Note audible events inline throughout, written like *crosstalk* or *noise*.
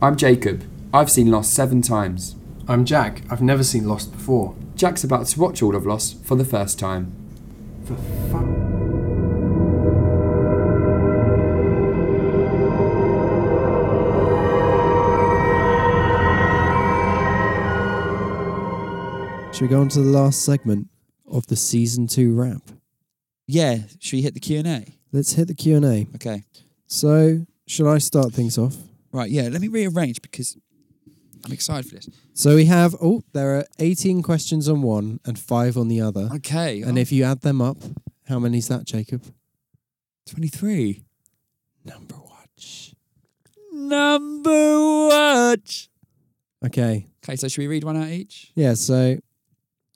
I'm Jacob. I've seen Lost seven times. I'm Jack. I've never seen Lost before. Jack's about to watch all of Lost for the first time. For fu- Should we go on to the last segment of the season two wrap? Yeah, should we hit the Q and A? Let's hit the Q and A. Okay, So, shall I start things off? right. Yeah, let me rearrange because I'm excited for this. So we have oh, there are eighteen questions on one and five on the Oh other, Okay, Uh-huh. oh, and if you add them up, how many's that, Jacob? 23 Number watch. number watch. Okay. Okay, so should we read one out each? Yeah. So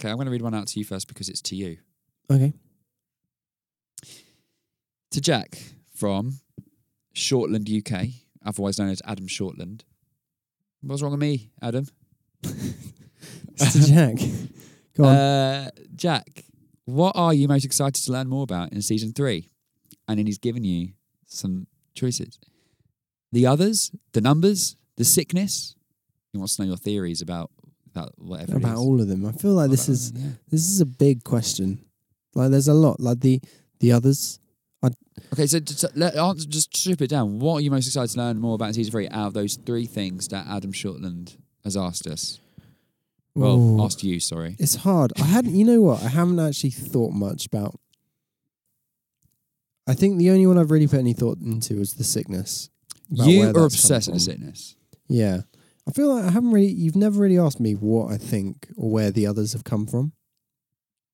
Okay, I'm going to read one out to you first because it's to you. okay. *laughs* To Jack from Shortland, UK, otherwise known as Adam Shortland. What's wrong with me, Adam? It's to Jack. Go on. Uh, Jack, what are you most excited to learn more about in season three? And then he's given you some choices. The others, the numbers, the sickness. He wants to know your theories about about whatever. about it is. all of them. I feel like this About is them, yeah. this is a big question. Like there's a lot. Like the the others. Okay, so just, let, answer, just strip it down. What are you most excited to learn more about in season three out of those three things that Adam Shortland has asked us? Well, Ooh. asked you, sorry. It's hard. I hadn't. You know what? I haven't actually thought much about. I think the only one I've really put any thought into was the sickness. about You where are that's come obsessed with from. sickness. Yeah, I feel like I haven't really. You've never really asked me what I think or where the others have come from.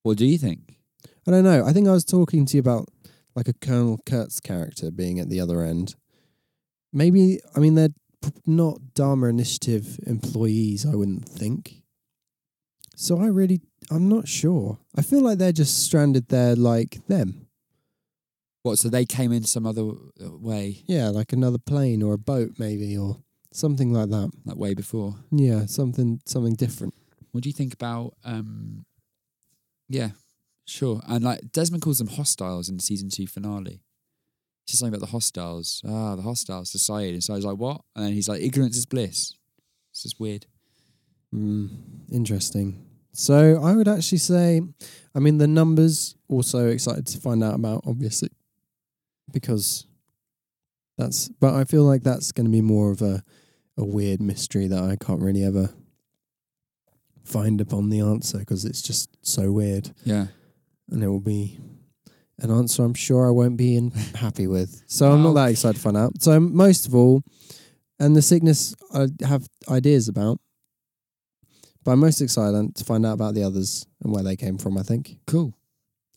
What do you think? I don't know. I think I was talking to you about like a Colonel Kurtz character being at the other end. Maybe I mean they're p- not Dharma Initiative employees. I wouldn't think. So I really, I'm not sure. I feel like they're just stranded there, like them. What? So they came in some other uh, way, Yeah, like another plane or a boat, maybe, or something like that. like way before. Yeah, something, something different. What do you think about? um Yeah, sure. And like Desmond calls them hostiles in the season two finale. She says something about the hostiles. Ah, the hostile society. And so I was like, what? And then he's like, ignorance is bliss. It's just weird. Mm, interesting. So I would actually say, I mean, the numbers also excited to find out about, obviously, because that's. But I feel like that's going to be more of a a weird mystery that I can't really ever find upon the answer because it's just so weird, Yeah. and it will be an answer I'm sure I won't be in happy with. So I'm not that excited to find out. So most of all, and the sickness I have ideas about, but I'm most excited to find out about the others and where they came from. I think, Cool.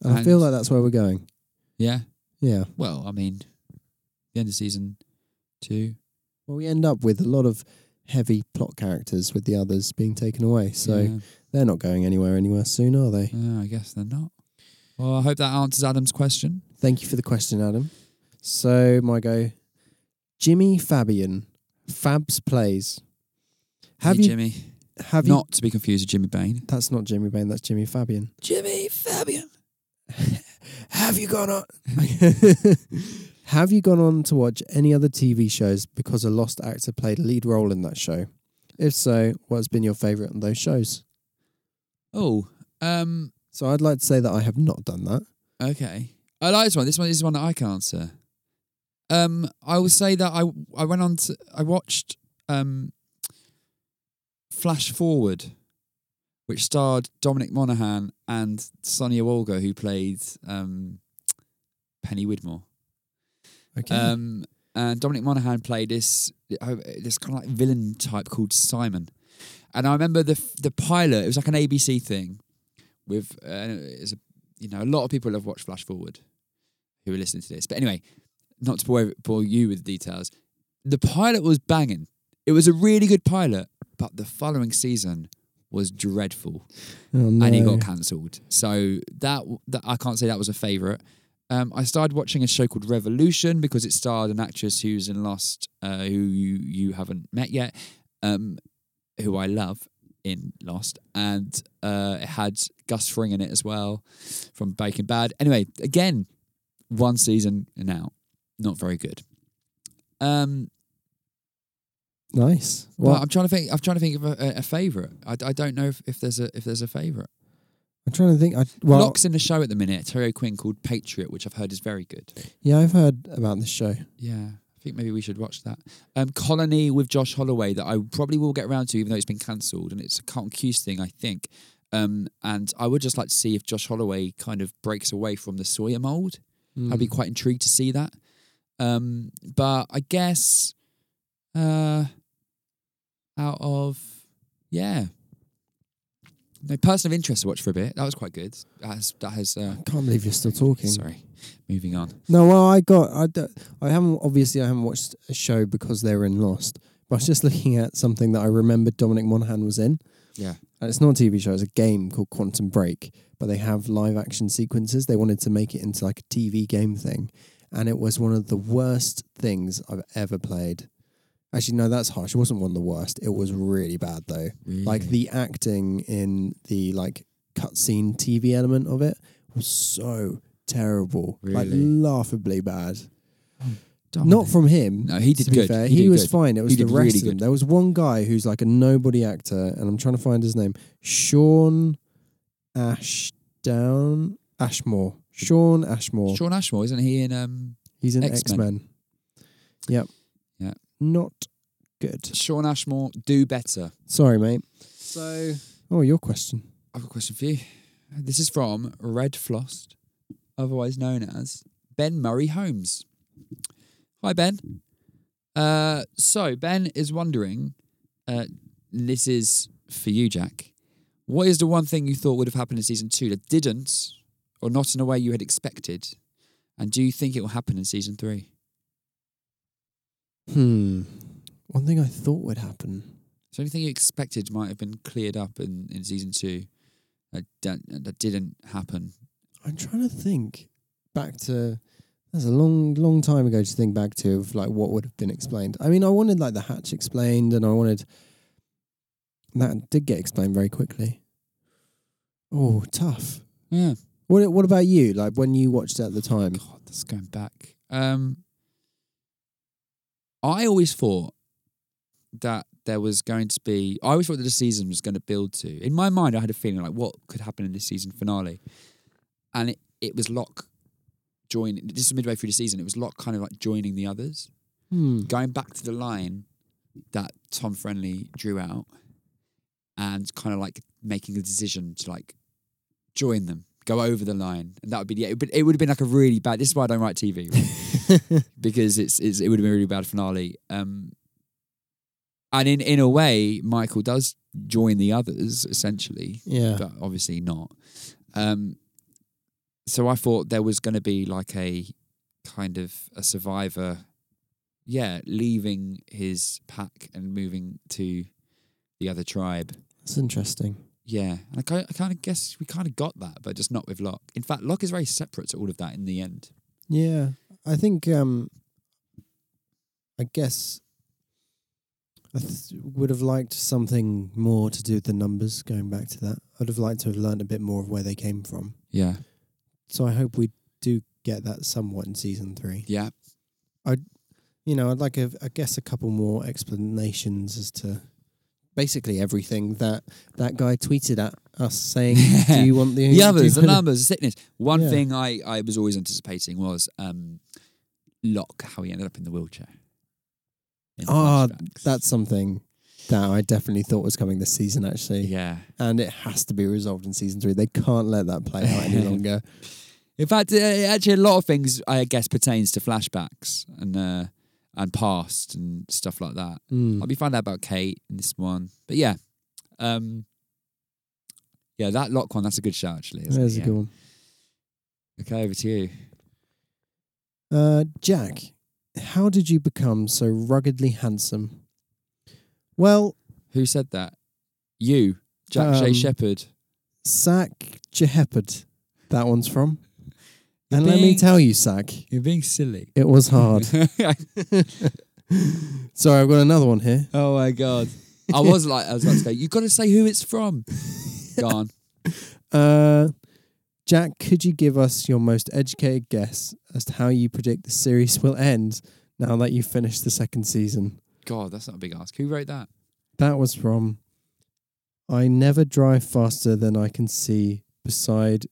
and I And- feel like that's where we're going. Yeah. Yeah. Well, I mean, the end of season two. Well, we end up with a lot of heavy plot characters with the others being taken away, so yeah. they're not going anywhere anywhere soon, are they? Yeah, I guess they're not. Well, I hope that answers Adam's question. Thank you for the question, Adam. So, my go. Jimmy Fabian, Fabs plays. Have Hey, you? Jimmy? Have you? not to be confused with Jimmy Bain. That's not Jimmy Bain. That's Jimmy Fabian. Jimmy Fabian. Have you gone on? *laughs* Have you gone on to watch any other TV shows because a lost actor played a lead role in that show? If so, what has been your favourite on those shows? Oh, um, So I'd like to say that I have not done that. okay. I like this one. This one this is one that I can answer. Um, I will say that I I went on to I watched um, Flash Forward, which starred Dominic Monaghan and Sonia Wolga, who played um, Penny Widmore. Okay. Um, and Dominic Monaghan played this uh, this kind of like villain type called Simon. And I remember the f- the pilot. It was like an ABC thing with uh, it's a, you know a lot of people have watched Flash Forward who are listening to this. But anyway, not to bore, bore you with the details. The pilot was banging. It was a really good pilot, but the following season was dreadful Oh, and it no. got cancelled. So that, that I can't say that was a favourite. Um, I started watching a show called Revolution because it starred an actress who's in Lost, uh, who you you haven't met yet, um, who I love in Lost, and uh, it had Gus Fring in it as well from Breaking Bad. Anyway, again, one season and out, not very good. Um, Nice. Well, Well, I'm trying to think. I'm trying to think of a, a, a favorite. I, I don't know if, if there's a if there's a favorite. I'm trying to think. I, well, Locks in the show at the minute. Terry Quinn called Patriot, which I've heard is very good. yeah, I've heard about this show. Yeah, I think maybe we should watch that. Um, Colony with Josh Holloway that I probably will get around to, even though it's been cancelled, and it's a Carlton Cuse thing, I think. Um, and I would just like to see if Josh Holloway kind of breaks away from the Sawyer mold. I'd be quite intrigued to see that. Um, but I guess uh, out of yeah. No, person of interest to watch for a bit. That was quite good. That has, that has uh, I can't believe you're still talking. sorry. Moving on. No, well, I got. I, d- I haven't. Obviously, I haven't watched a show because they were in Lost. But I was just looking at something that I remembered Dominic Monaghan was in. Yeah. And Uh, it's not a TV show. It's a game called Quantum Break. But they have live action sequences. They wanted to make it into like a TV game thing, and it was one of the worst things I've ever played. Actually, no, that's harsh. It wasn't one of the worst. It was really bad though. Like the acting in the like cutscene TV element of it was so terrible, like Really? laughably bad. Dominic. Not from him. No, he did to be good. fair. He He, did was good. fine. It was He the did rest really of them. good. There was one guy who's like a nobody actor, and I'm trying to find his name. Sean Ashdown Ashmore. Sean Ashmore. Sean Ashmore, isn't he in um He's in X X-Men. Men. Yep. Yeah. Not good. Sean Ashmore do better? Sorry, mate. So, oh, your question. I've got a question for you. This is from Red Flossed, otherwise known as Ben Murray Holmes. Hi Ben. Uh, so Ben is wondering, uh, and this is for you, Jack. What is the one thing you thought would have happened in season two that didn't, or not in a way you had expected? And do you think it will happen in season three? Hmm. One thing I thought would happen. So anything you expected might have been cleared up in, in season two that, don't- that didn't happen. I'm trying to think back to that's a long, long time ago to think back to of like what would have been explained. I mean, I wanted like the hatch explained, and I wanted that did get explained very quickly. Oh, tough. Yeah. What What about you? Like when you watched it at the time? God, that's going back. Um, I always thought that there was going to be. I always thought that the season was going to build to. In my mind, I had a feeling like what could happen in this season finale, and it it was Locke joining. This is midway through the season. It was Locke kind of like joining the others. Hmm. going back to the line that Tom Friendly drew out and kind of like making the decision to like join them, go over the line. And that would be, yeah, it would, it would have been like a really bad, this is why I don't write TV right? because it's, it's, it would have been a really bad finale. Um, and in, in a way, Michael does join the others essentially Yeah. but obviously not. Um, so I thought there was going to be like a kind of a survivor, yeah, leaving his pack and moving to the other tribe. That's interesting. Yeah, and I kind, I kind of guess we kind of got that, but just not with Locke. In fact, Locke is very separate to all of that in the end. Yeah, I think um, I guess I th- would have liked something more to do with the numbers. Going back to that, I'd have liked to have learned a bit more of where they came from. Yeah, So I hope we do get that somewhat in season three. yeah, You know, I'd like a, I guess a couple more explanations as to basically everything that that guy tweeted at us saying, "Do you want the the *laughs* others, do the you want- numbers, the sickness. One Yeah. thing I, I was always anticipating was um, Locke, how he ended up in the wheelchair. In the Ah, flashbacks. That's something that I definitely thought was coming this season. Actually, yeah. and it has to be resolved in season three. They can't let that play out *laughs* any longer. In fact, uh, actually, a lot of things I guess pertains to flashbacks and uh, and past and stuff like that. Hmm. Mm. I'll be finding out about Kate in this one, but yeah, um, yeah, that lock one. That's a good shout, actually. isn't There's it? a good one. Yeah. Okay, over to you. Uh, Jack, how did you become so ruggedly handsome? Well, Who said that? You, Jack Shay Um, Shepherd. Sack Jeopard, that one's from. And let me being- tell you, Sack, You're being silly. it was *laughs* hard. Sorry, I've got another one here. oh my god! I was like, I was about to go. You've got to say who it's from. Gone. Uh, Jack, could you give us your most educated guess as to how you predict the series will end now that you've finished the second season? God, that's not a big ask. Who wrote that? That was from I never drive faster than I can see beside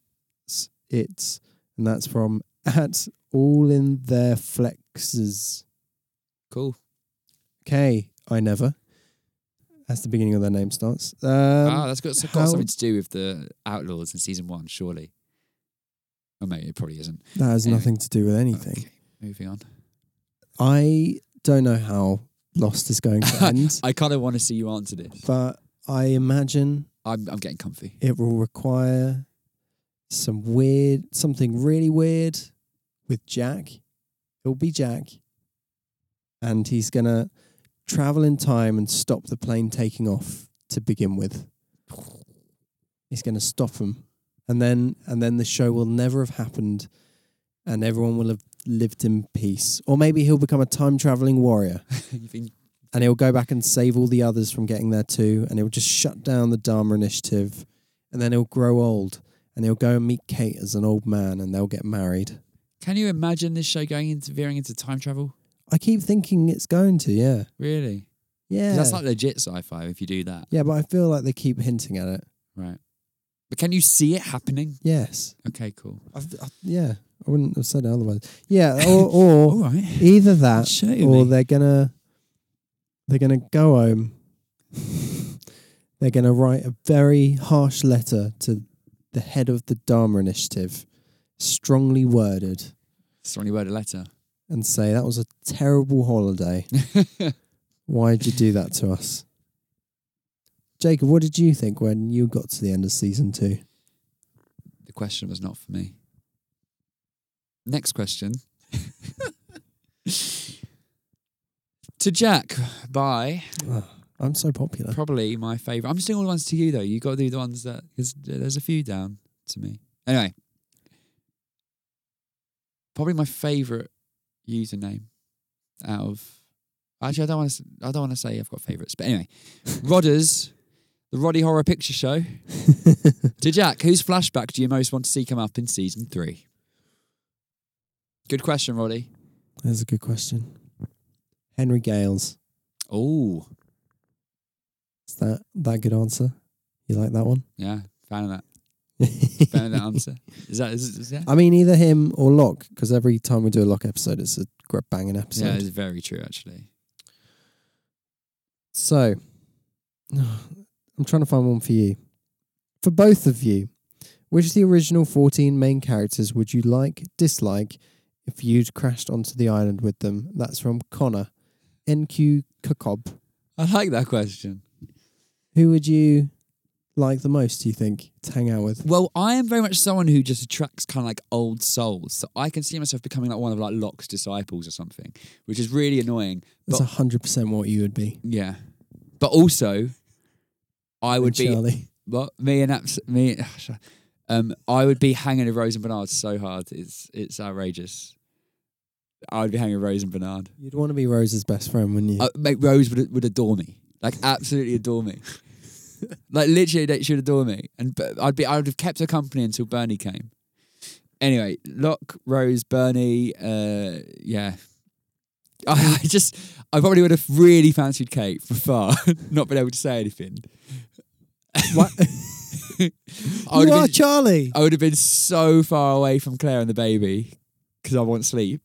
s- it. And that's from at all in their flexes. Cool. K, I never. That's the beginning of their name starts. Um, ah, that's got, so got how- something to do with the Outlaws in season one, surely. Or maybe it probably isn't. that has anyway. nothing to do with anything. Okay, moving on. I don't know how Lost is going *laughs* to end, I kind of want to see you answer this. but I imagine I'm, I'm getting comfy. *laughs* it will require some weird, something really weird with Jack. It'll be Jack. And he's going to travel in time and stop the plane taking off to begin with. He's going to stop him. And then, and then the show will never have happened and everyone will have lived in peace. Or maybe he'll become a time traveling warrior you think, and he'll go back and save all the others from getting there too, and he'll just shut down the Dharma Initiative, and then he'll grow old, and he'll go and meet Kate as an old man, and they'll get married. can you imagine this show going into veering into time travel? I keep thinking it's going to, yeah, Really? 'Cause yeah, That's like legit sci-fi if you do that, yeah, but I feel like they keep hinting at it. right? But can you see it happening? Yes, Okay, cool. I've, I, yeah, I wouldn't have said it otherwise. Yeah, or, or *laughs* All right. either that, Show or me. they're gonna they're gonna go home. they're gonna write a very harsh letter to the head of the Dharma Initiative, strongly worded, Strongly worded letter. and say that was a terrible holiday. *laughs* Why did you do that to us? Jacob, what did you think when you got to the end of season two? The question was not for me. Next question. *laughs* to Jack by I'm so popular. probably my favourite. I'm just doing all the ones to you though. You got to do the ones that because there's a few down to me. Anyway, probably my favourite username out of. Actually, I don't want to. I don't want to say I've got favourites, but anyway, Rodders, the Roddy Horror Picture Show. to Jack, whose flashback do you most want to see come up in season three? Good question, Roddy. That's a good question. Henry Gales. Oh, Is that that good answer? You like that one? yeah, fan of that. *laughs* Fan of that answer. Is that is, is that? I mean, either him or Locke, because every time we do a Locke episode, it's a gr- banging episode. Yeah, it's very true actually. So, *sighs* I'm trying to find one for you. For both of you, which of the original 14 main characters would you like, dislike, if you'd crashed onto the island with them? That's from Connor, NQ Kakob. I like that question. Who would you like the most, do you think, to hang out with? Well, I am very much someone who just attracts kind of like old souls. So I can see myself becoming like one of like Locke's disciples or something, which is really annoying. That's But 100% what you would be. yeah. But also I And would be Charlie. well, me and abs- me *sighs* um I would be hanging with Rose and Bernard so hard. It's it's outrageous. I would be hanging with Rose and Bernard. You'd want to be Rose's best friend, wouldn't you? Uh, mate, Rose would would adore me, like absolutely *laughs* adore me, like literally that she would adore me, and b- I'd be I would have kept her company until Bernie came. Anyway, Locke, Rose, Bernie, uh, yeah. *laughs* I, I just, I probably would have really fancied Kate from far, *laughs* not been able to say anything. What? *laughs* I would you are have been, Charlie. I would have been so far away from Claire and the baby because I want sleep.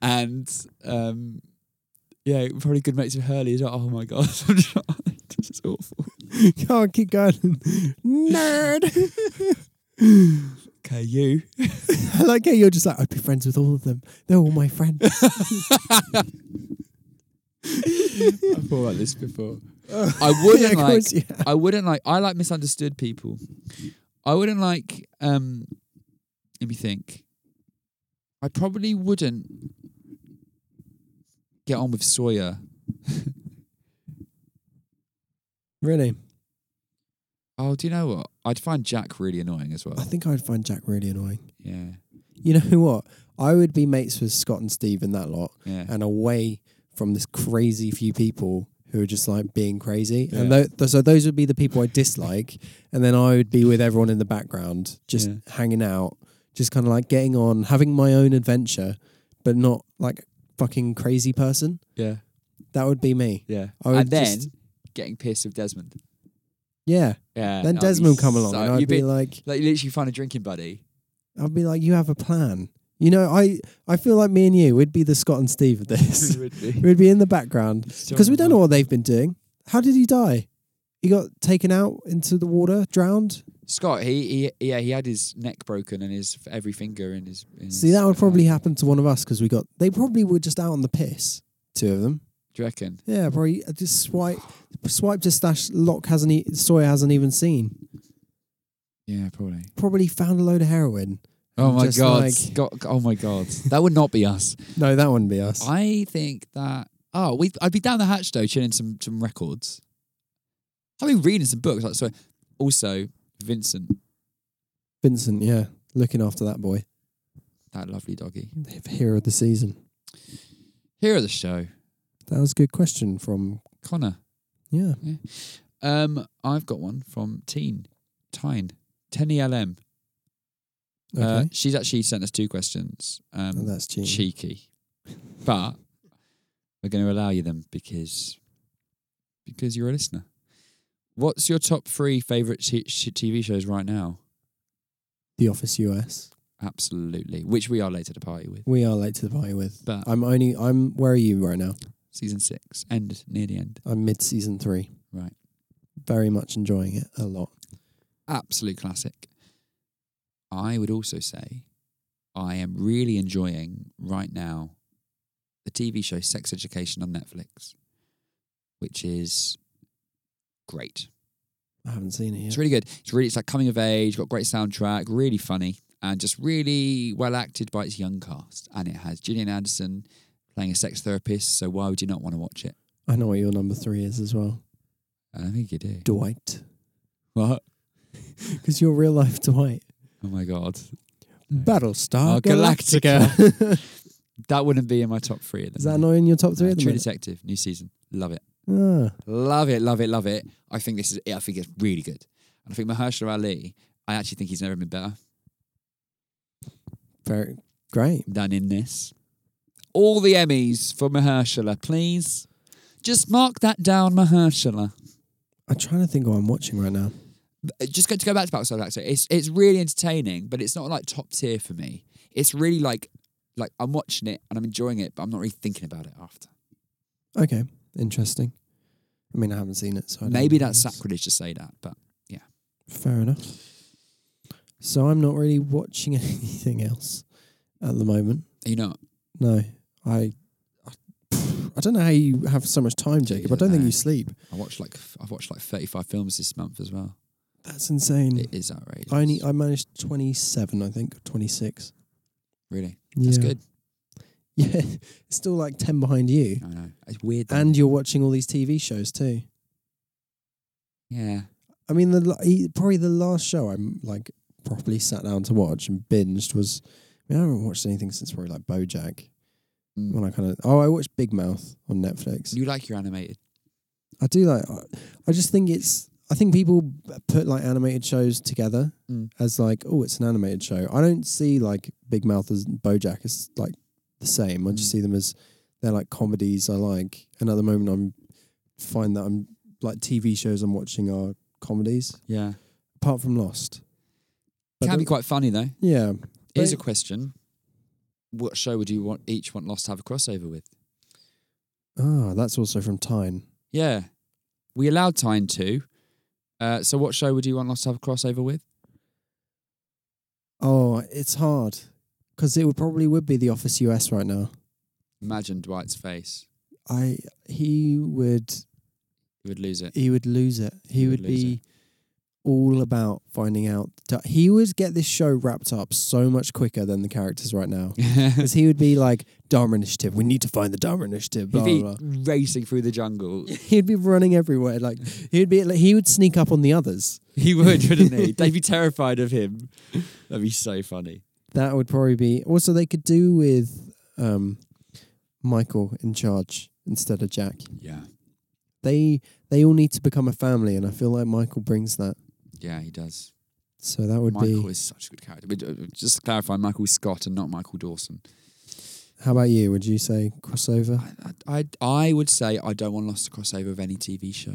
And um, yeah, probably good mates with Hurley as well. Oh my god, *laughs* I'm trying. this is awful. Can't keep going. Nerd. *laughs* Okay, you. I like how you're just like, I'd be friends with all of them. They're all my friends. I've thought about this before. *laughs* I *laughs* wouldn't Yeah, of like. course, yeah. I wouldn't like. I like misunderstood people. I wouldn't like. Um, let me think. I probably wouldn't get on with Sawyer. Really? Oh, do you know what? I'd find Jack really annoying as I well. think I'd find Jack really annoying. Yeah, You know what? I would be mates with Scott and Steve in that lot yeah. and away from this crazy few people who are just like being crazy. And Yeah. tho- th- so those would be the people I dislike. and then I would be with everyone in the background, just Yeah. hanging out, just kind of like getting on, having my own adventure, but not like fucking crazy person. Yeah. That would be me. Yeah. I would and then just- getting pissed with Desmond. Yeah. Yeah. Then I'd be Desmond would come along so- and I'd you'd be be like, like, you literally find a *laughs* drinking buddy. I'd be like, you have a plan. You know, I I feel like me and you, we'd be the Scott and Steve of this. *laughs* You would be. we'd be in the background because we don't know what they've been doing. How did he die? He got taken out into the water, drowned. Scott, he, he yeah, he had his neck broken and his every finger in his. In See, his- Mm, that would probably happen to one of us because we got. They probably were just out on the piss. Two of them. Do you reckon? Yeah, probably uh, just swipe, swiped his stash. Lock hasn't. E- Sawyer hasn't even seen. Yeah, probably. Probably found a load of heroin. Oh my Just god! like- Scott, oh my god! That would not *laughs* be us. No, that wouldn't be us. I think that oh, we I'd be down the hatch though, chilling some some records. I've been reading some books. Like so, also Vincent, Vincent, yeah, looking after that boy. that lovely doggy. Hero of the season. Hero of the show, That was a good question from. Connor. Yeah. Um, I've got one from Teen Tyne, Tenny LM. Okay. Uh, she's actually sent us two questions. Um, Oh, that's cheating. cheeky, but we're going to allow you them because because you're a listener. What's your top three favorite t- t- TV shows right now? The Office US. Absolutely, which we are late to the party with. We are late to the party with. But I'm only. I'm. Where are you right now? season six, end near the end. I'm mid season three. Right. Very much enjoying it a lot. Absolute classic. I would also say I am really enjoying right now the TV show Sex Education on Netflix, which is great. I haven't seen it It's yet. really good. It's really it's like coming of age, got great soundtrack, really funny, and just really well acted by its young cast. And it has Gillian Anderson playing a sex therapist, so why would you not want to watch it? I know what your number three is as well. I don't think you do. Dwight. What? Because you're real life Dwight. Oh my god. Battlestar Oh, Galactica. Galactica. That wouldn't be in my top three at *laughs* the Is that moment. not in your top three Uh, at the True minute? Detective, new season. Love it. Ah, Love it, love it, love it. I think this is it. I think it's really good. And I think Mahershala Ali, I actually think he's never been better very great. than in this. All the Emmys for Mahershala, please. Just mark that down, Mahershala. I'm trying to think what I'm watching right now. just go, to go back to Battlestar Galactica. It's it's really entertaining, but it's not like top tier for me. It's really like like I'm watching it and I'm enjoying it, but I'm not really thinking about it after. Okay, interesting. I mean, I haven't seen it, so I don't Maybe know that's what it sacrilege to say that, but is. fair enough. So I'm not really watching *laughs* anything else at the moment. you know, No, I, I, I don't know how you have so much time, Jacob. I don't think No. you sleep. I watched like f- I've watched like 35 films this month as well. That's insane. It is outrageous. I Mm. only I managed 27, I think, or 26. really, that's good. *laughs* Yeah, it's still like 10 behind you. I know it's weird. though. And you're watching all these TV shows too. yeah, I mean, the la- e- probably the last show I'm like properly sat down to watch and binged was. I mean, I haven't watched anything since probably like BoJack. Mm. When I kind of oh, I watched Big Mouth on Netflix. you like your animated. I do like. I- I just think it's. I think people b- put like animated shows together Mm. as like, oh, it's an animated show. I don't see like Big Mouth as BoJack as like the same. I just Mm. see them as they're like comedies. I like. And at the moment, I'm find that I'm like TV shows I'm watching are comedies Yeah, apart from Lost. But can be the- quite funny though. Yeah, Here's a But- question: What show would you want each want Lost to have a crossover with? Ah, that's also from Tyne. Yeah. We allowed Tyne to. Uh, so what show would you want us to have a crossover with? Oh, it's hard because it would probably would be The Office US right now. Imagine Dwight's face. I he would He would lose it. he would lose it. He, He would, would lose be all about finding out. t- He would get this show wrapped up so much quicker than the characters right now because he would be like Dharma Initiative. We need to find the Dharma Initiative. Blah, *laughs* He'd blah, be blah. racing through the jungle. He'd be running everywhere. Like he'd be like, he would sneak up on the others. He would, wouldn't *laughs* he? They'd be terrified of him. That'd be so funny. That would probably be. Also, they could do with um, Michael in charge instead of Jack. Yeah. They they all need to become a family, and I feel like Michael brings that. Yeah, he does. So that would Michael be is such a good character. We- uh, Just to clarify, Michael Scott and not Michael Dawson. How about you? Would you say crossover? I, I I would say I don't want Lost to cross over with any TV show.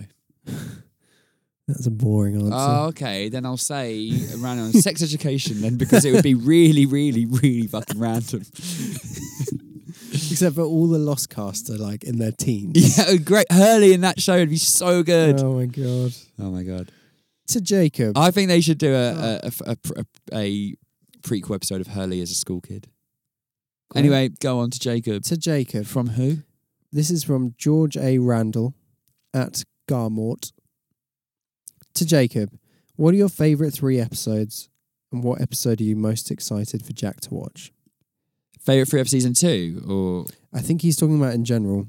That's a boring answer. Oh, okay. Then I'll say *laughs* random sex education then because it would be really, really, really fucking random. Except for all the Lost cast are like in their *laughs* teens. *laughs* yeah, oh, great. Hurley in that show would be so good. Oh my god. Oh my god. To Jacob. I think they should do a a, a, a, a, a prequel episode of Hurley as a school kid. Great. Anyway, go on to Jacob. to Jacob. From who? This is from George A. Randall at Garmort. To Jacob, what are your favourite three episodes, and what episode are you most excited for Jack to watch? Favorite three of season two, or I think he's talking about in general.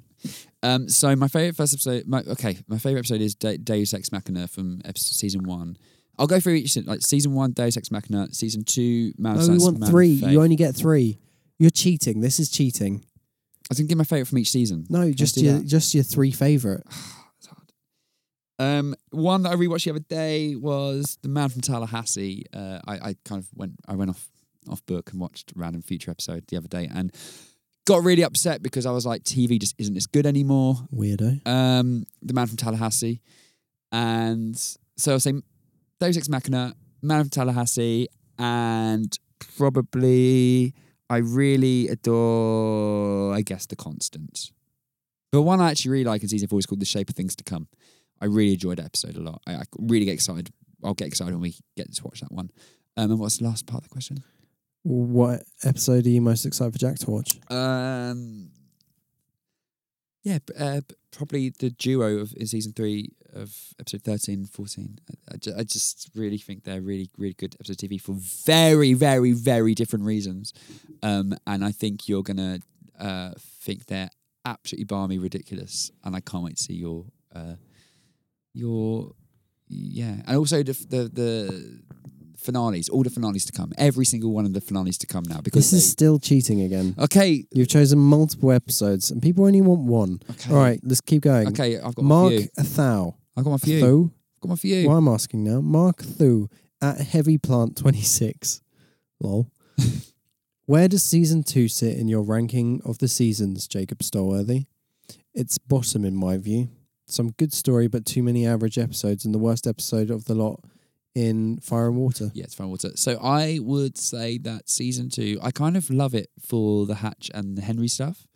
um. So my favorite first episode. My, okay, my favorite episode is De- Deus Ex Machina from episode, season one. I'll go through each se- like season one Deus Ex Machina, season two Man. of no, we Science, want Man of three. Faith. You only get three. You're cheating. This is cheating. I think give my favorite from each season. No, Let's just do your that. just your three favourite. It's hard. Um, one that I rewatched the other day was The Man from Tallahassee. Uh, I, I kind of went I went off off book and watched a random future episode the other day and got really upset because I was like, TV just isn't as good anymore. Weirdo. Um, The Man from Tallahassee, and so I'll say Deus Ex Machina, Man from Tallahassee, and probably I really adore, I guess, The Constant. But one I actually really like in season four is called The Shape of Things to Come. I really enjoyed that episode a lot. I, I really get excited. I'll get excited when we get to watch that one. Um, and what's the last part of the question? What episode are you most excited for Jack to watch? Um, yeah, b- uh, b- probably the duo of in season three of episode 13, 14. I, I, ju- I just really think they're really, really good episode TV for very, very, very different reasons. Um, and I think you're gonna uh, think they're absolutely balmy, ridiculous, and I can't wait to see your uh, your yeah, and also the f- the the finales, all the finales to come, every single one of the finales to come now because This is still cheating again. they- okay. You've chosen multiple episodes, and people only want one. Okay. All right, let's keep going. Okay, I've got Mark my view. Athau. I've got my view. Thou? I've got my view. Well, I'm asking now. Mark Thu at Heavy Plant 26. Lol. *laughs* Where does season two sit in your ranking of the seasons, Jacob Stolworthy? It's bottom in my view. Some good story, but too many average episodes, and the worst episode of the lot in Fire and Water. Yeah, it's fine water. So I would say that season two, I kind of love it for the Hatch and the Henry stuff.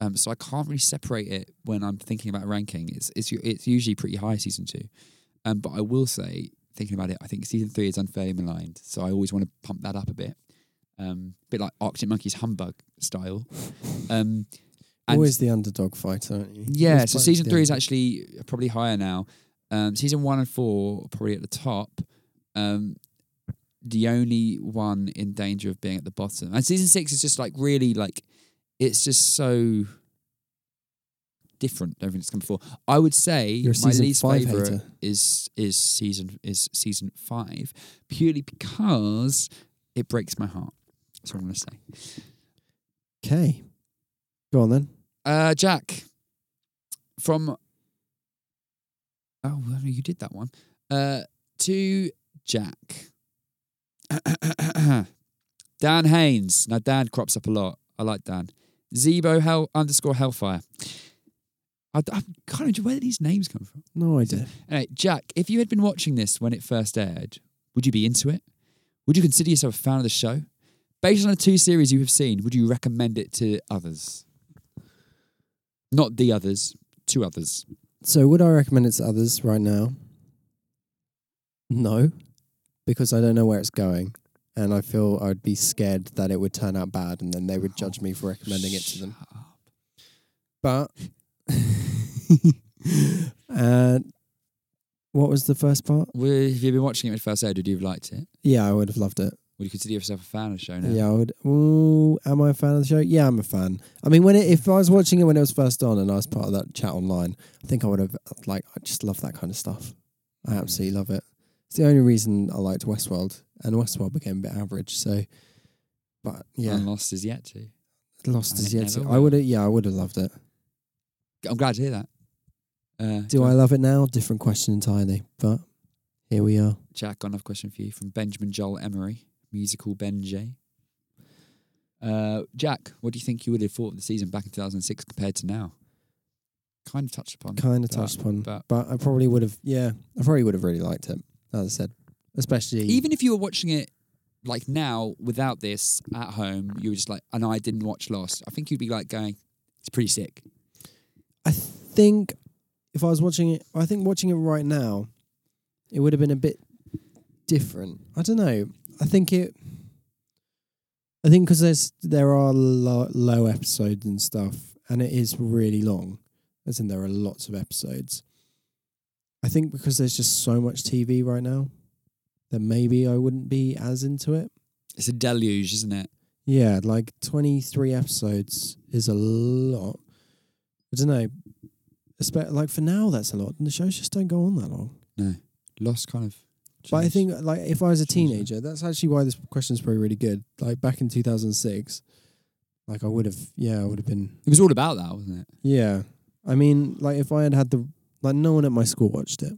Um, so I can't really separate it when I'm thinking about ranking. It's it's u- it's usually pretty high season two, um, but I will say thinking about it, I think season three is unfairly maligned. So I always want to pump that up a bit, um, bit like Arctic Monkeys humbug style. *laughs* Um, and- Always the underdog fighter, aren't you? Yeah, Always so fighting season the three is underdog. actually probably higher now. Um, season one and four are probably at the top. Um, the only one in danger of being at the bottom, and season six is just like really like it's just so different. Everything that's come before. I would say You're a my season least five favorite hater. is is season is season five purely because it breaks my heart. That's what I'm gonna say. Okay. Go on then. Uh, Jack from. Oh, well, you did that one. Uh, to Jack. *coughs* Dan Haynes. Now, Dan crops up a lot. I like Dan. Zebo hell underscore hellfire. I, I kind of where did these names come from? No idea. Anyway, Jack, if you had been watching this when it first aired, would you be into it? Would you consider yourself a fan of the show? Based on the two series you have seen, would you recommend it to others? Not the others, to others. So, would I recommend it to others right now? No, because I don't know where it's going. And I feel I'd be scared that it would turn out bad and then they would judge me for recommending it to them. But, *laughs* uh, what was the first part? Well, if you've been watching it when it first aired, would you have liked it? Yeah, I would have loved it. Would you consider yourself a fan of the show now? Yeah, I would. Ooh, am I a fan of the show? Yeah, I'm a fan. I mean, when it, if I was watching it when it was first on and I was part of that chat online, I think I would have like I just love that kind of stuff. Mm. I absolutely love it. It's the only reason I liked Westworld, and Westworld became a bit average. So, but yeah, And Lost is yet to. Lost and is it yet. to- Um, never I would have. Yeah, I would have loved it. I'm glad to hear that. Uh, Do I love it now? Different question entirely. But here we are. Jack, got another question for you from Benjamin Joel Emery, musical Benjay. Uh, Jack, what do you think you would have thought of the season back in 2006 compared to now? Kind of touched upon. kind of but- touched upon, but- but, I probably would have. Yeah, I probably would have really liked it. As I said, especially Even if you were watching it like now without this at home, you were just like, and I didn't watch Lost. I think you'd be like going, it's pretty sick. I think if I was watching it, I think watching it right now, it would have been a bit different. I don't know. I think it. I think because there's there are lo- low episodes and stuff, and it is really long. As in, there are lots of episodes. I think because there's just so much TV right now, that maybe I wouldn't be as into it. It's a deluge, isn't it? Yeah, like 23 episodes is a lot. I don't know. Espe- like for now, that's a lot. And the shows just don't go on that long. Lost kind of. But I changed. think, like, if I was a Shows, yeah. teenager, that's actually why this question's probably really good. Like, back in 2006, like, I would have, yeah, I would have been, it was all about that, wasn't it? yeah. I mean, like, if I had had the, like, no one at my school watched it.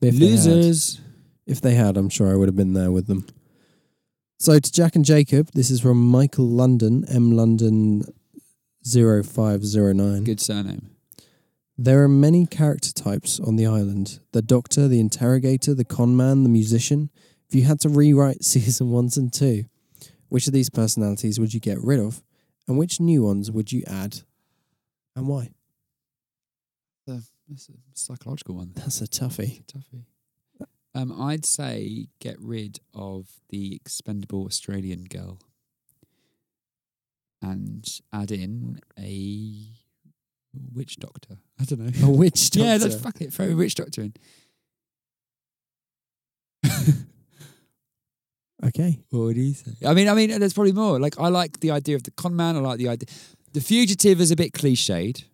But if they had- Mm-hmm. Losers. If they had, I'm sure I would have been there with them. So to Jack and Jacob, this is from Michael London, M London 0509. Good surname. There are many character types on the island the doctor, the interrogator, the con man, the musician. If you had to rewrite *laughs* season ones and two, which of these personalities would you get rid of and which new ones would you add and why? That's a psychological one. That's a toughie. Duffy. Um, I'd say get rid of the expendable Australian girl and add in a witch doctor. I don't know. A witch doctor. *laughs* Yeah, that's fuck it. Throw a witch doctor in. okay. what do you say? I mean, I mean, there's probably more. Like, I like the idea of the con man. I like the idea. The fugitive is a bit cliched,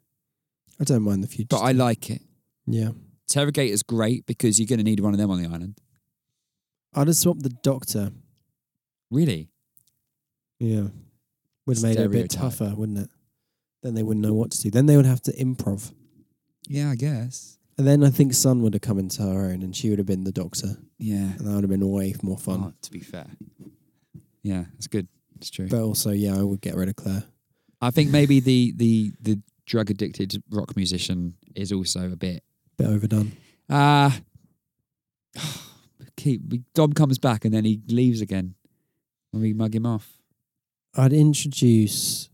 I don't mind the future. but I like it. yeah. Interrogator's great because you're going to need one of them on the island. I'd have swapped the doctor. Really? Yeah. Would have made it a bit Stereotype. tougher, wouldn't it? Then they wouldn't know what to do. Then they would have to improv. Yeah, I guess. And then I think Sun would have come into her own and she would have been the doctor. Yeah. And that would have been way more fun. Oh, to be fair. Yeah, that's good. It's true. But also, yeah, I would get rid of Claire. I think maybe the the the drug addicted rock musician is also a bit Bit overdone. uh *sighs* keep Dom comes back and then he leaves again and we mug him off. I'd introduce.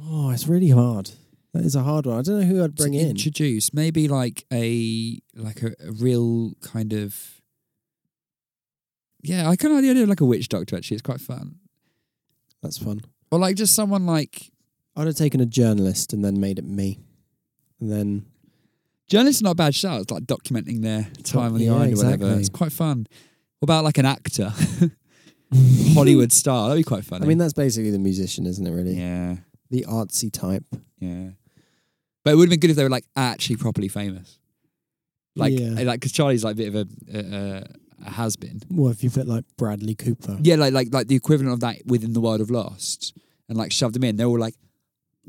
Oh, it's really hard. That is a hard one. I don't know who I'd bring to in. introduce maybe like a like a, a real kind of yeah, I kind of like the idea of like a witch doctor actually. It's quite fun. That's fun. Or like just someone like I'd have taken a journalist and then made it me. And then Journalists are not a bad shout. It's like documenting their time on the Yeah, island or whatever. exactly. It's quite fun. What about like an actor, *laughs* Hollywood star? That'd be quite funny. I mean, that's basically the musician, isn't it? Really, yeah, the artsy type. yeah. But it would have been good if they were like actually properly famous. Like, Yeah. like because Charlie's like a bit of a, a, a has been. Well, if you put like Bradley Cooper, Yeah, like like like the equivalent of that within the world of Lost, and like shoved them in. They're all like,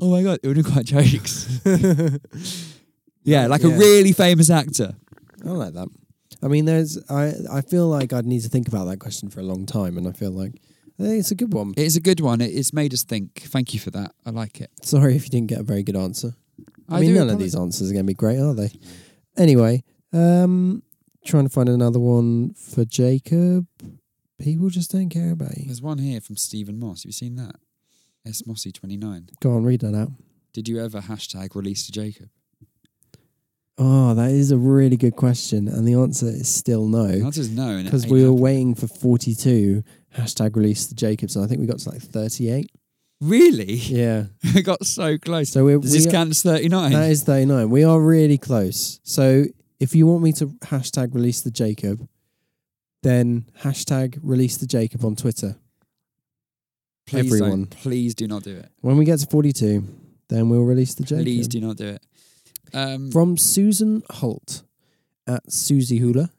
"Oh my god, it would have been *laughs* quite *laughs* jokes." yeah, like a Yeah. really famous actor. I like that. I mean, there's. I I feel like I'd need to think about that question for a long time, and I feel like I think it's a good one. It's a good one. It- It's made us think. Thank you for that. I like it. Sorry if you didn't get a very good answer. I, mean, do none of apologise. these answers are going to be great, are they? Anyway, um, trying to find another one for Jacob. People just don't care about you. There's one here from Stephen Moss. Have you seen that? S Mossy29. Go on, read that out. Did you ever hashtag release to Jacob? Oh, that is a really good question, and the answer is still The no answer is no. and it because ain't we were happening. waiting for forty-two hashtag release the Jacobs, and I think we got to like thirty-eight. Really? *laughs* Yeah, we got so close. so we're Does we this are- count as 39? That is 39. We are really close. So if you want me to hashtag release the Jacob, then hashtag release the Jacob on Twitter. please everyone. Don't, please do not do it. When we get to 42, then we'll release the Jacob. Please do not do it. Um, From Susan Holt at Susie Hula.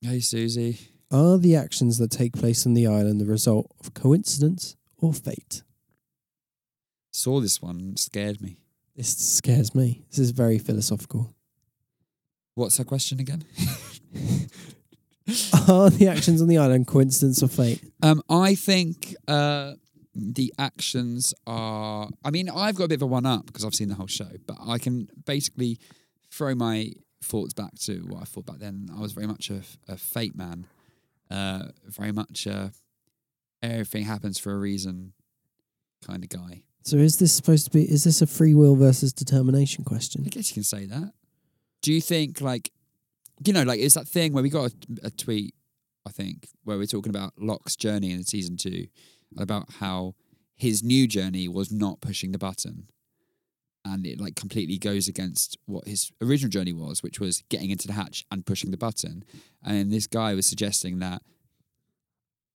hey, Susie. Are the actions that take place on the island the result of coincidence or fate? Saw this one and it scared me. This scares me. This is very philosophical. What's her question again? Are the actions on the island coincidence or fate? Um, I think uh, the actions are. I mean, I've got a bit of a one up because I've seen the whole show, but I can basically throw my thoughts back to what I thought back then. I was very much a, a fate man, uh, very much a everything happens for a reason kind of guy. So is this supposed to be? Is this a free will versus determination I question? guess you can say that. Do you think like, you know, like it's that thing where we got a, a tweet, I think, where we're talking about Locke's journey in season two, and about how his new journey was not pushing the button, and it like completely goes against what his original journey was, which was getting into the hatch and pushing the button. And this guy was suggesting that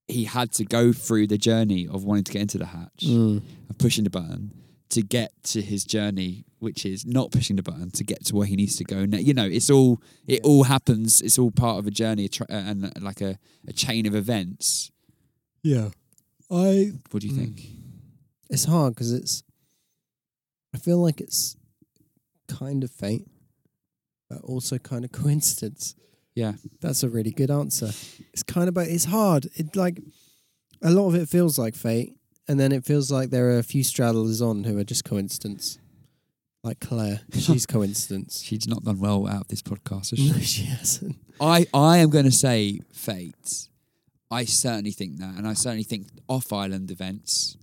he had to go through the journey of wanting to get into the hatch Mm. and pushing the button to get to his journey, which is not pushing the button to get to where he needs to go. Now, you know, it's all it all happens. It's all part of a journey a tra- uh, and uh, like a, a chain of events. Yeah. I What do you Mm. think? It's hard because it's. I feel like it's kind of fate, but also kind of *laughs* coincidence. Yeah, That's a really good answer. It's kind of, but it's hard. It like a lot of it feels like fate, and then it feels like there are a few straddlers on who are just coincidence. Like Claire, *laughs* she's coincidence. she's not done well out of this podcast. Has she? *laughs* no, she hasn't. I I am going to say fate. I certainly think that, and I certainly think off island events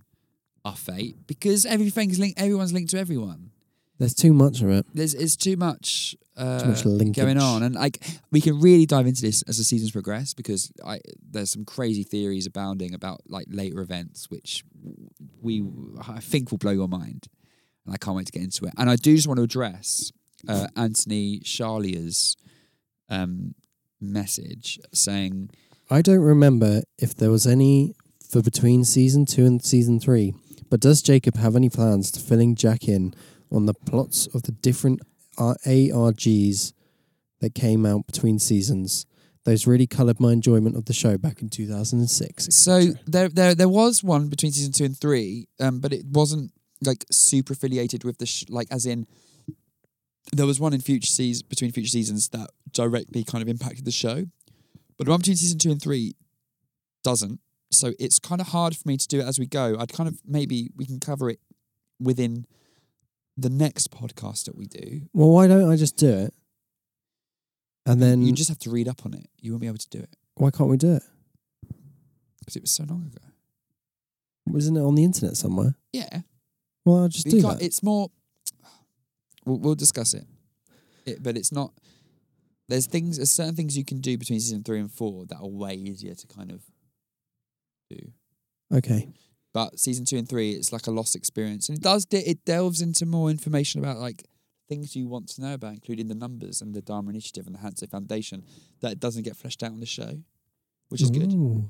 are fate because everything's linked. Everyone's linked to everyone. There's too much of it. There's it's too much. Uh, much linkage. going on, and like we can really dive into this as the seasons progress because I there's some crazy theories abounding about like later events, which we I think will blow your mind, and I can't wait to get into it. And I do just want to address uh, Anthony Charlier's um, message saying, I don't remember if there was any for between season two and season three, but does Jacob have any plans to filling Jack in on the plots of the different uh, ARGs that came out between seasons? Those really coloured my enjoyment of the show back in 2006. so there there there was one between season two and three, um, but it wasn't like super affiliated with the sh- like as in there was one in future seasons between future seasons that directly kind of impacted the show, but the one between season two and three doesn't. So it's kind of hard for me to do it as we go. I'd kind of maybe we can cover it within the next podcast that we do. well, why don't I just do it? And then you just have to read up on it. You won't be able to do it why can't we do it? because it was so long ago. Wasn't it on the internet somewhere? Yeah. Well, I'll just We do can't- that. It's more. We'll, we'll discuss it. it, but it's not. There's things. There's certain things you can do between season three and four that are way easier to kind of do. e- okay. But season two and three, it's like a lost experience, and it does. de- It delves into more information about like things you want to know about, including the numbers and the Dharma Initiative and the Hanso Foundation that doesn't get fleshed out on the show, which is good. Ooh.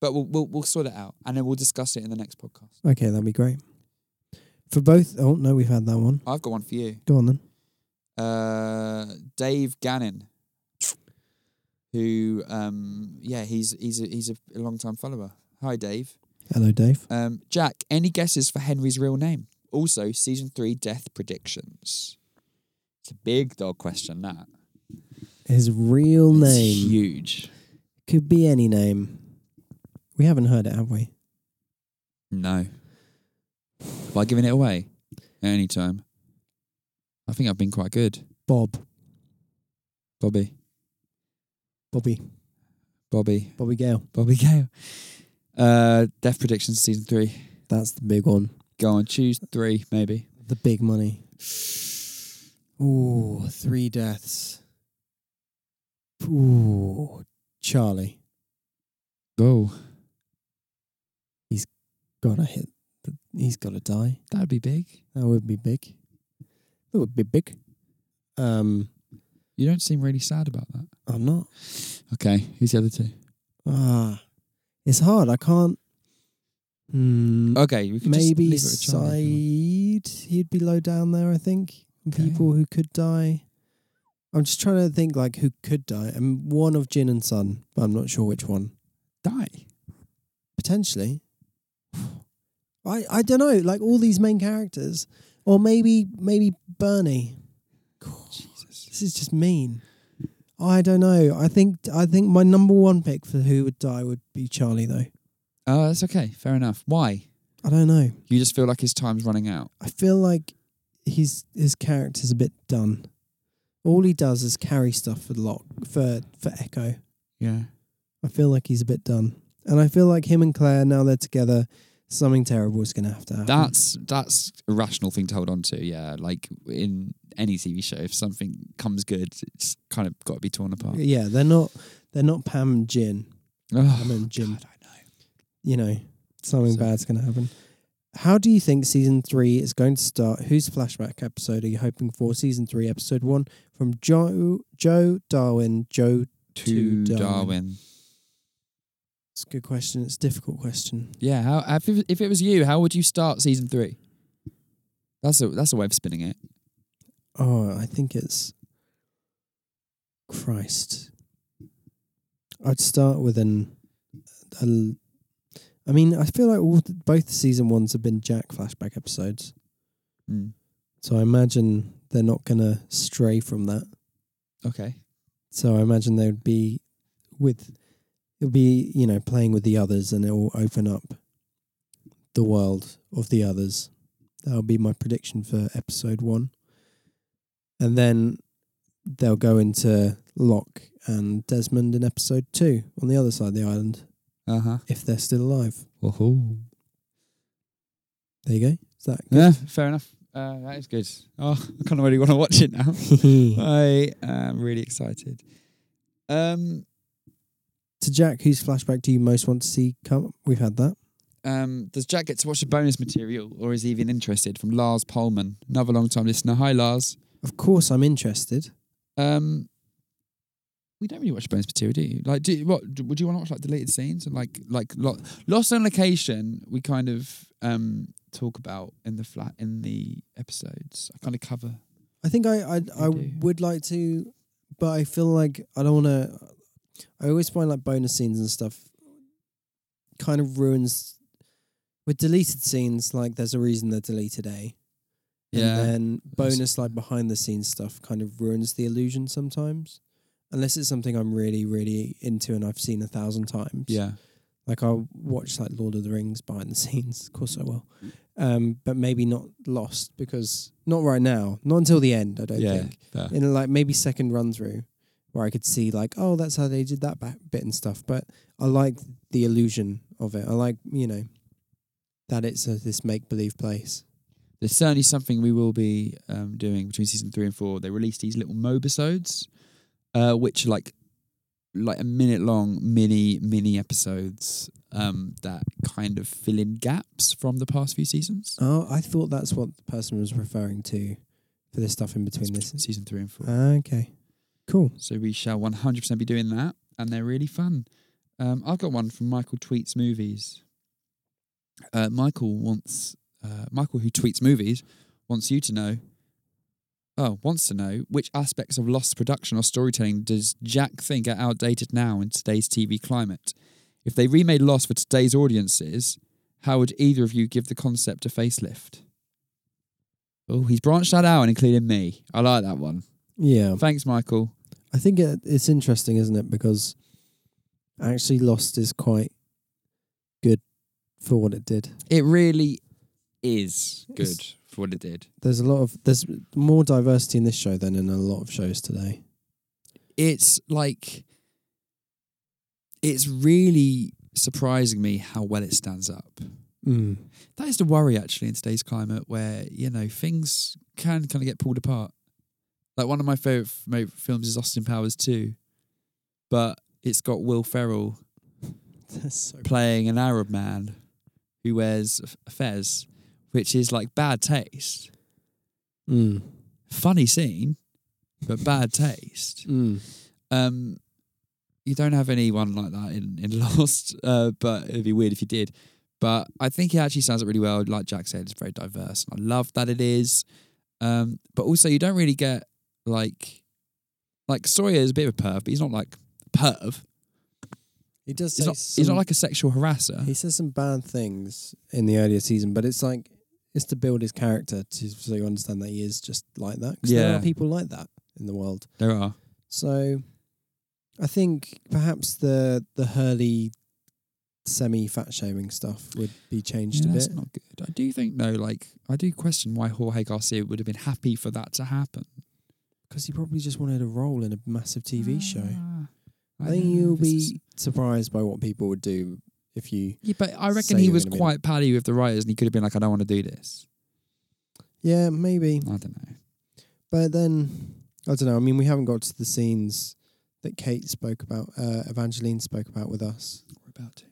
But we'll, we'll we'll sort it out, and then we'll discuss it in the next podcast. Okay, that'd be great. For both. Oh, no, we've had that one. I've got one for you. Go on then. uh, Dave Gannon, who um, yeah, he's he's a, he's a long time follower. Hi, Dave. Hello, Dave. Um, Jack, any guesses for Henry's real name? Also, season three death predictions. It's a big dog question. That His real It's name huge. could be any name. We haven't heard it, have we? No, by giving it away anytime. I think I've been quite good, Bob, Bobby. Bobby, Bobby, Bobby Gale. Bobby Gale. Uh, death predictions season three. That's the big one. Go on, choose three, maybe. The big money. Ooh, three deaths. Ooh, Charlie. Oh, Gotta hit. The, he's gotta die. that'd be big. That would be big. That would be big. Um, You don't seem really sad about that. I'm not. Okay, who's the other two? Ah, it's hard. I can't. Hmm. Okay, we could maybe just leave it with Charlie if you Saeed. want. He'd be low down there, I think. Okay. People who could die. I'm just trying to think like who could die. I'm one of Jin and Sun, but I'm not sure which one. die. Potentially. *sighs* I I don't know. Like all these main characters, or maybe maybe Bernie. Jesus. This is just mean. I don't know. I think I think my number one pick for who would die would be Charlie though. Oh, that's okay. Fair enough. Why? I don't know. You just feel like his time's running out. I feel like he's his character's a bit done. All he does is carry stuff for Lock for for Echo. Yeah. I feel like he's a bit done, and I feel like him and Claire now they're together. Something terrible is going to have to happen. That's that's a rational thing to hold on to. Yeah, like in any TV show, if something comes good, it's kind of got to be torn apart. yeah, they're not they're not Pam and Jin. Oh, I mean, Jim. God, I know. You know, something So- bad's going to happen. How do you think season three is going to start? Whose flashback episode are you hoping for? Season three, episode one, from Joe Joe Darwin. Joe, To To Darwin. Darwin. it's a good question. It's a difficult question. Yeah. How if it, if it was you, how would you start season three? That's a that's a way of spinning it. Oh, I think it's Christ. I'd start with an. a l- I mean, I feel like all, th- both season ones have been Jack flashback episodes, Mm. so I imagine they're not going to stray from that. Okay. So I imagine they would be with it'll be, you know, playing with the others and it'll open up the world of the others. That'll be my prediction for episode one. And then they'll go into Locke and Desmond in episode two on the other side of the island, Uh huh. if they're still alive. Oh. There you go. Is that Yeah. Fair enough. Uh, that is good. Oh, I kind of really want to watch it now. good? *laughs* I am really excited. Um. *laughs* to Jack, whose flashback do you most want to see come? We've had that. Um, does Jack get to watch the bonus material, or is he even interested? From Lars Polman, another long-time listener. Hi, Lars. Of course I'm interested. Um, we don't really watch bonus material, do you? Like, do you, what? d- Would you want to watch like deleted scenes and like like lo- Lost on Location? We kind of um talk about in the flat in the episodes. I kind of cover. I think I I, I do. would like to, but I feel like I don't want to. I always find like bonus scenes and stuff kind of ruins with deleted scenes. Like there's a reason they're deleted, a and then That's- bonus like behind the scenes stuff kind of ruins the illusion sometimes, unless it's something I'm really really into and I've seen a thousand times. yeah. Like I'll watch like Lord of the Rings behind the scenes, of course I will. Um, but maybe not Lost because not right now, not until the end. I don't Yeah, think fair. in like maybe second run through where I could see like oh that's how they did that back bit and stuff. But I like the illusion of it. I like you know that it's a, this make believe place. There's certainly something we will be um, doing between season three and four. They released these little mobisodes, uh, which are like like a minute long mini mini episodes um, that kind of fill in gaps from the past few seasons. Oh, I thought that's what the person was referring to for the stuff in between That's this. season three and four. Ah, Okay, cool. So we shall 100% be doing that, and they're really fun. Um, I've got one from Michael Tweets Movies. Uh, Michael wants uh, Michael, who tweets movies, wants you to know. Oh, wants to know which aspects of Lost production or storytelling does Jack think are outdated now in today's TV climate? If they remade Lost for today's audiences, how would either of you give the concept a facelift? Oh, he's branched that out and included me. I like that one. Yeah, Thanks, Michael. I think it, it's interesting, isn't it? Because actually, Lost is quite good for what it did. It really is good It's- for what it did. There's a lot of there's more diversity in this show than in a lot of shows today. It's like it's really surprising me how well it stands up. Mm. That is the worry actually in today's climate where, you know, things can kind of get pulled apart. Like one of my favorite films is Austin Powers 2. But it's got Will Ferrell That's so playing an Arab man who wears a f- a fez, which is like bad taste. mm. Funny scene, but bad taste. Mm. Um, you don't have anyone like that in in *laughs* Lost, uh, but it'd be weird if you did. But I think it actually sounds really well. Like Jack said, it's very diverse. I love that it is. Um, but also you don't really get like like Sawyer is a bit of a perv, but he's not like a perv. He does say He's not, some, he's not like a sexual harasser. he says some bad things in the earlier season, but it's like it's to build his character to so you understand that he is just like that. 'Cause there Yeah. are people like that in the world. There are. So I think perhaps the the Hurley semi fat shaming stuff would be changed Yeah, a that's bit. not good. I do think though, like I do question why Jorge Garcia would have been happy for that to happen. Because he probably just wanted a role in a massive TV show. Ah, Mm, I think don't know, you'll this is- be surprised by what people would do if you. Yeah, but I reckon say he you're was gonna be- quite paddy with the writers, and he could have been like, "I don't want to do this." Yeah, maybe. I don't know. But then, I don't know. I mean, we haven't got to the scenes that Kate spoke about, uh, Evangeline spoke about with us, We're about to.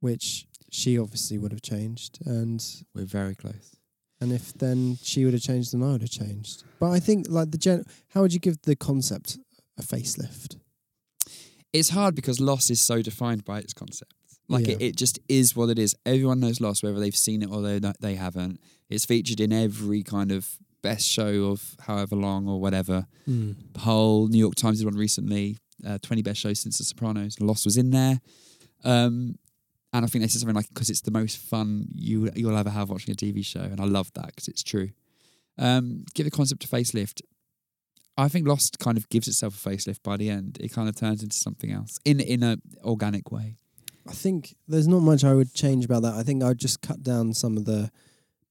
which she obviously would have changed. And We're very close. and if then she would have changed, then I would have changed. But I think, like, the gen, how would you give the concept a facelift? It's hard because loss is so defined by its concept. Like it, Yeah. it just is what it is. Everyone knows loss, whether they've seen it or they don't- they haven't. It's featured in every kind of best show of however long or whatever. poll. New York Times did one recently. Uh, 20 best shows since The Sopranos. Lost was in there. Um, and I think they said something like, because it's the most fun you, you'll ever have watching a TV show. And I love that because it's true. Um, give the concept a facelift. I think Lost kind of gives itself a facelift by the end. It kind of turns into something else in in a organic way. I think there's not much I would change about that. I think I'd just cut down some of the,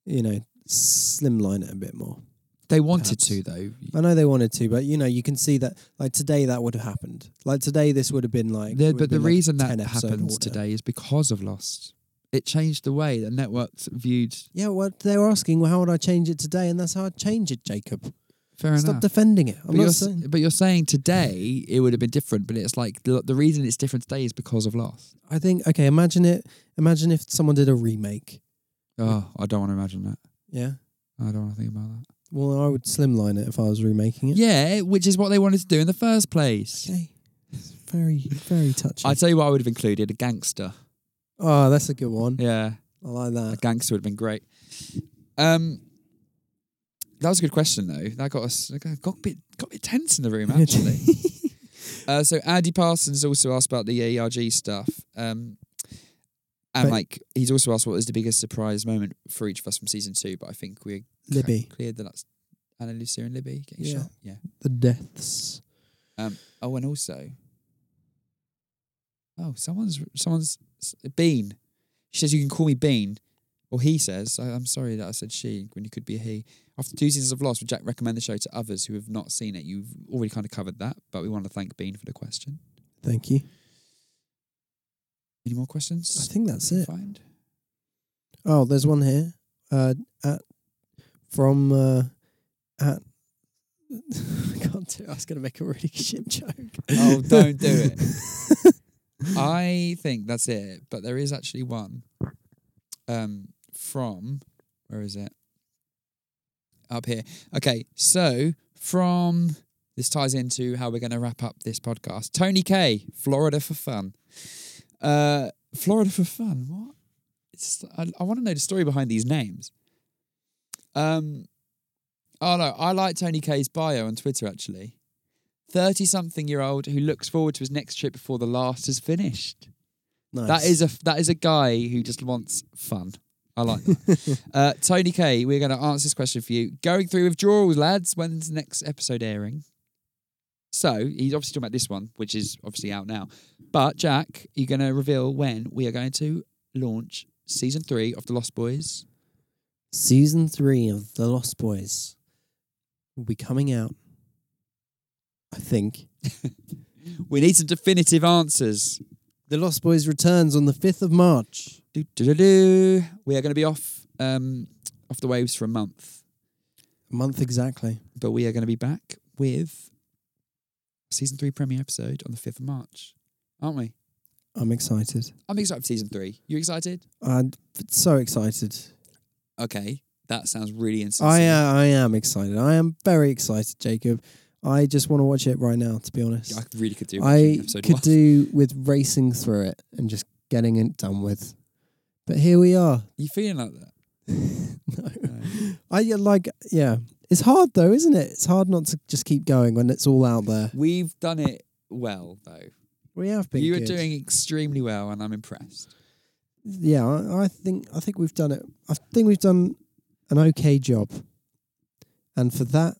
you know, slimline it a bit more. They wanted Perhaps. to though. I know they wanted to, but you know, you can see that like today that would have happened. Like today, this would have been like. The- would have but the been, like, reason 10 that episode happens order. today is because of Lost. It changed the way that networks viewed. Yeah, well, they were asking, well, how would I change it today? And that's how I change it, Jacob. Fair Stop enough. defending it. I'm but, you're, not s- saying. but you're saying today it would have been different, but it's like the, the reason it's different today is because of loss. I think okay. Imagine it. Imagine if someone did a remake. Oh, I don't want to imagine that. Yeah. I don't want to think about that. Well, I would slimline it if I was remaking it. Yeah, which is what they wanted to do in the first place. Okay. It's very, very touching. I tell you what, I would have included a gangster. oh, that's a good one. Yeah, I like a that. gangster would have been great. Um, that was a good question though. That got us got a bit got a bit tense in *laughs* the room actually. *laughs* Uh, so Andy Parsons also asked about the ARG stuff. Um, and But- like he's also asked what was the biggest surprise moment for each of us from season two, but I think we're Libby, cleared that that's Anna Lucia and Libby getting Yeah. shot. Yeah. the deaths. Oh, and also, oh, someone's someone's Bean. She says you can call me Bean, or he says. I, I'm sorry that I said she when you could be a he. After two seasons of Lost, would Jack recommend the show to others who have not seen it? You've already kind of covered that, but we want to thank Bean for the question. Thank you. Any more I questions? think that's it. Find Oh, there's one here. Uh, at from uh, at. *laughs* I can't do. it. I was going to make a really *laughs* shit joke. Oh, don't do it. I think that's it, but there is actually one um, from where is it? Up here. Okay, so from this ties into how we're going to wrap up this podcast. Tony K, Florida for fun. Uh, Florida for fun. What? It's I, I want to know the story behind these names. Um, oh no, I like Tony K's bio on Twitter actually. 30 something year old who looks forward to his next trip before the last is finished. *laughs* Nice. That is a that is a guy who just wants fun. I like that. uh, Tony K, we're going to answer this question for you. Going through withdrawals, lads. When's the next episode airing? So he's obviously talking about this one, which is obviously out now. But Jack, you're going to reveal when we are going to launch season three of The Lost Boys. season three of The Lost Boys will be coming out. I think We need some definitive answers. The Lost Boys returns on the fifth of March. Do, do, do, do. We are going to be off um, off the waves for a month, A month exactly. but we are going to be back with season three premiere episode on the fifth of March, aren't we? I'm excited. I'm excited for season three. You excited? I'm so excited. Okay, that sounds really insane. I uh, I am excited. I am very excited, Jacob. I just want to watch it right now. To be honest, I really could do. I watching episode could one. do with racing through it and just getting it done with. But here we are. *laughs* *laughs* You feeling like that? No. I yeah, like yeah. It's hard though, isn't it? It's hard not to just keep going when it's all out there. We've done it well though. We have been. you are good. doing extremely well, and I'm impressed. Yeah, I, I think I think we've done it. I think we've done an okay job, and for that,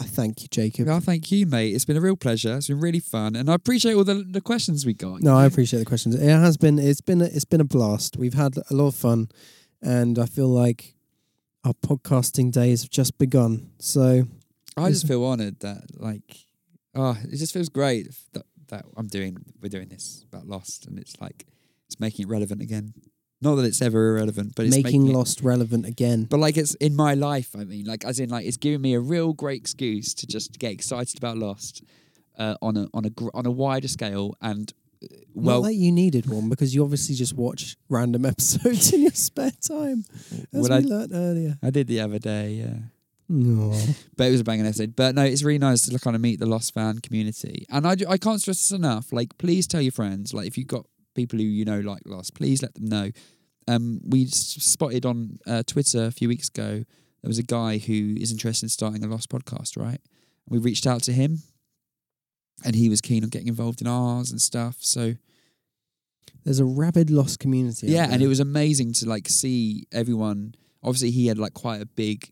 I thank you, Jacob. Well, thank you, mate. It's been a real pleasure. It's been really fun, and I appreciate all the, the questions we got. No, I appreciate the questions. It has been it's been a, it's been a blast. We've had a lot of fun, and I feel like our podcasting days have just begun. So I just feel honoured that like, oh, it just feels great that that I'm doing we're doing this about Lost, and it's like it's making it relevant again. Not that it's ever irrelevant, but it's making making, it- Lost relevant again. But like it's in my life, I mean, like as in like it's giving me a real great excuse to just get excited about Lost uh, on a on a gr- on a wider scale and uh, well, Not that you needed one because you obviously just watch random *laughs* episodes in your spare time, as Would we I- learnt earlier. I did the other day, yeah. Aw. But it was a banging episode. But no, it's really nice to kind of meet the Lost fan community. And I, I can't stress this enough. Like, please tell your friends. Like, if you've got people who you know like Lost, please let them know. Um, we s- spotted on uh, Twitter a few weeks ago there was a guy who is interested in starting a Lost podcast, right? We reached out to him, and he was keen on getting involved in ours and stuff. So There's a rabid Lost community. out yeah, there. and it was amazing to like see everyone. Obviously, he had like quite a big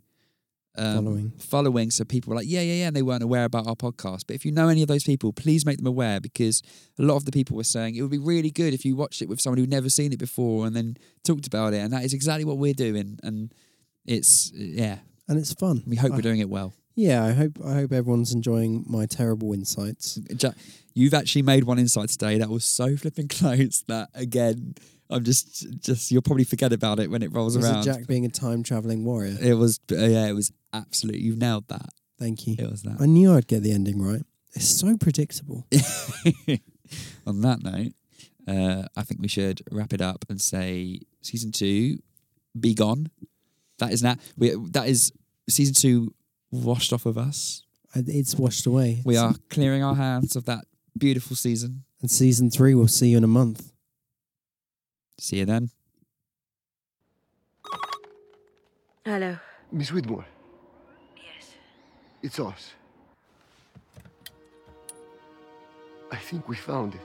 um, Following. following, so people were like, "Yeah, yeah, yeah," and they weren't aware about our podcast. But if you know any of those people, please make them aware because a lot of the people were saying it would be really good if you watched it with someone who'd never seen it before and then talked about it. And that is exactly what we're doing. And it's yeah, and it's fun. we hope I- we're doing it well. Yeah, I hope I hope everyone's enjoying my terrible insights. Ja- You've actually made one insight today that was so flipping *laughs* close that again, I'm just just you'll probably forget about it when it rolls Was it around. Jack being a time traveling warrior? It was, uh, yeah, it was absolutely. You nailed that. Thank you. It was that. I knew I'd get the ending right. It's so predictable. On that note, uh, I think we should wrap it up and say season two, be gone. That is that. We that is season two washed off of us. I- It's washed away. We are clearing our hands of that beautiful season. And season three, we'll see you in a month. See you then. Hello. Miss Whitmore, Yes. it's us. I think we found it.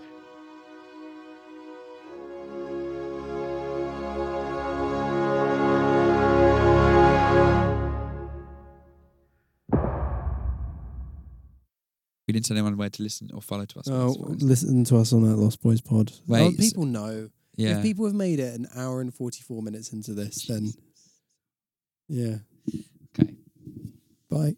We didn't tell anyone where to listen or follow to us. Oh, That's fine. listen to us on that Lost Boys pod. Wait, Oh, so- people know. If yeah. people have made it an hour and 44 minutes into this, then yeah. Okay. Bye.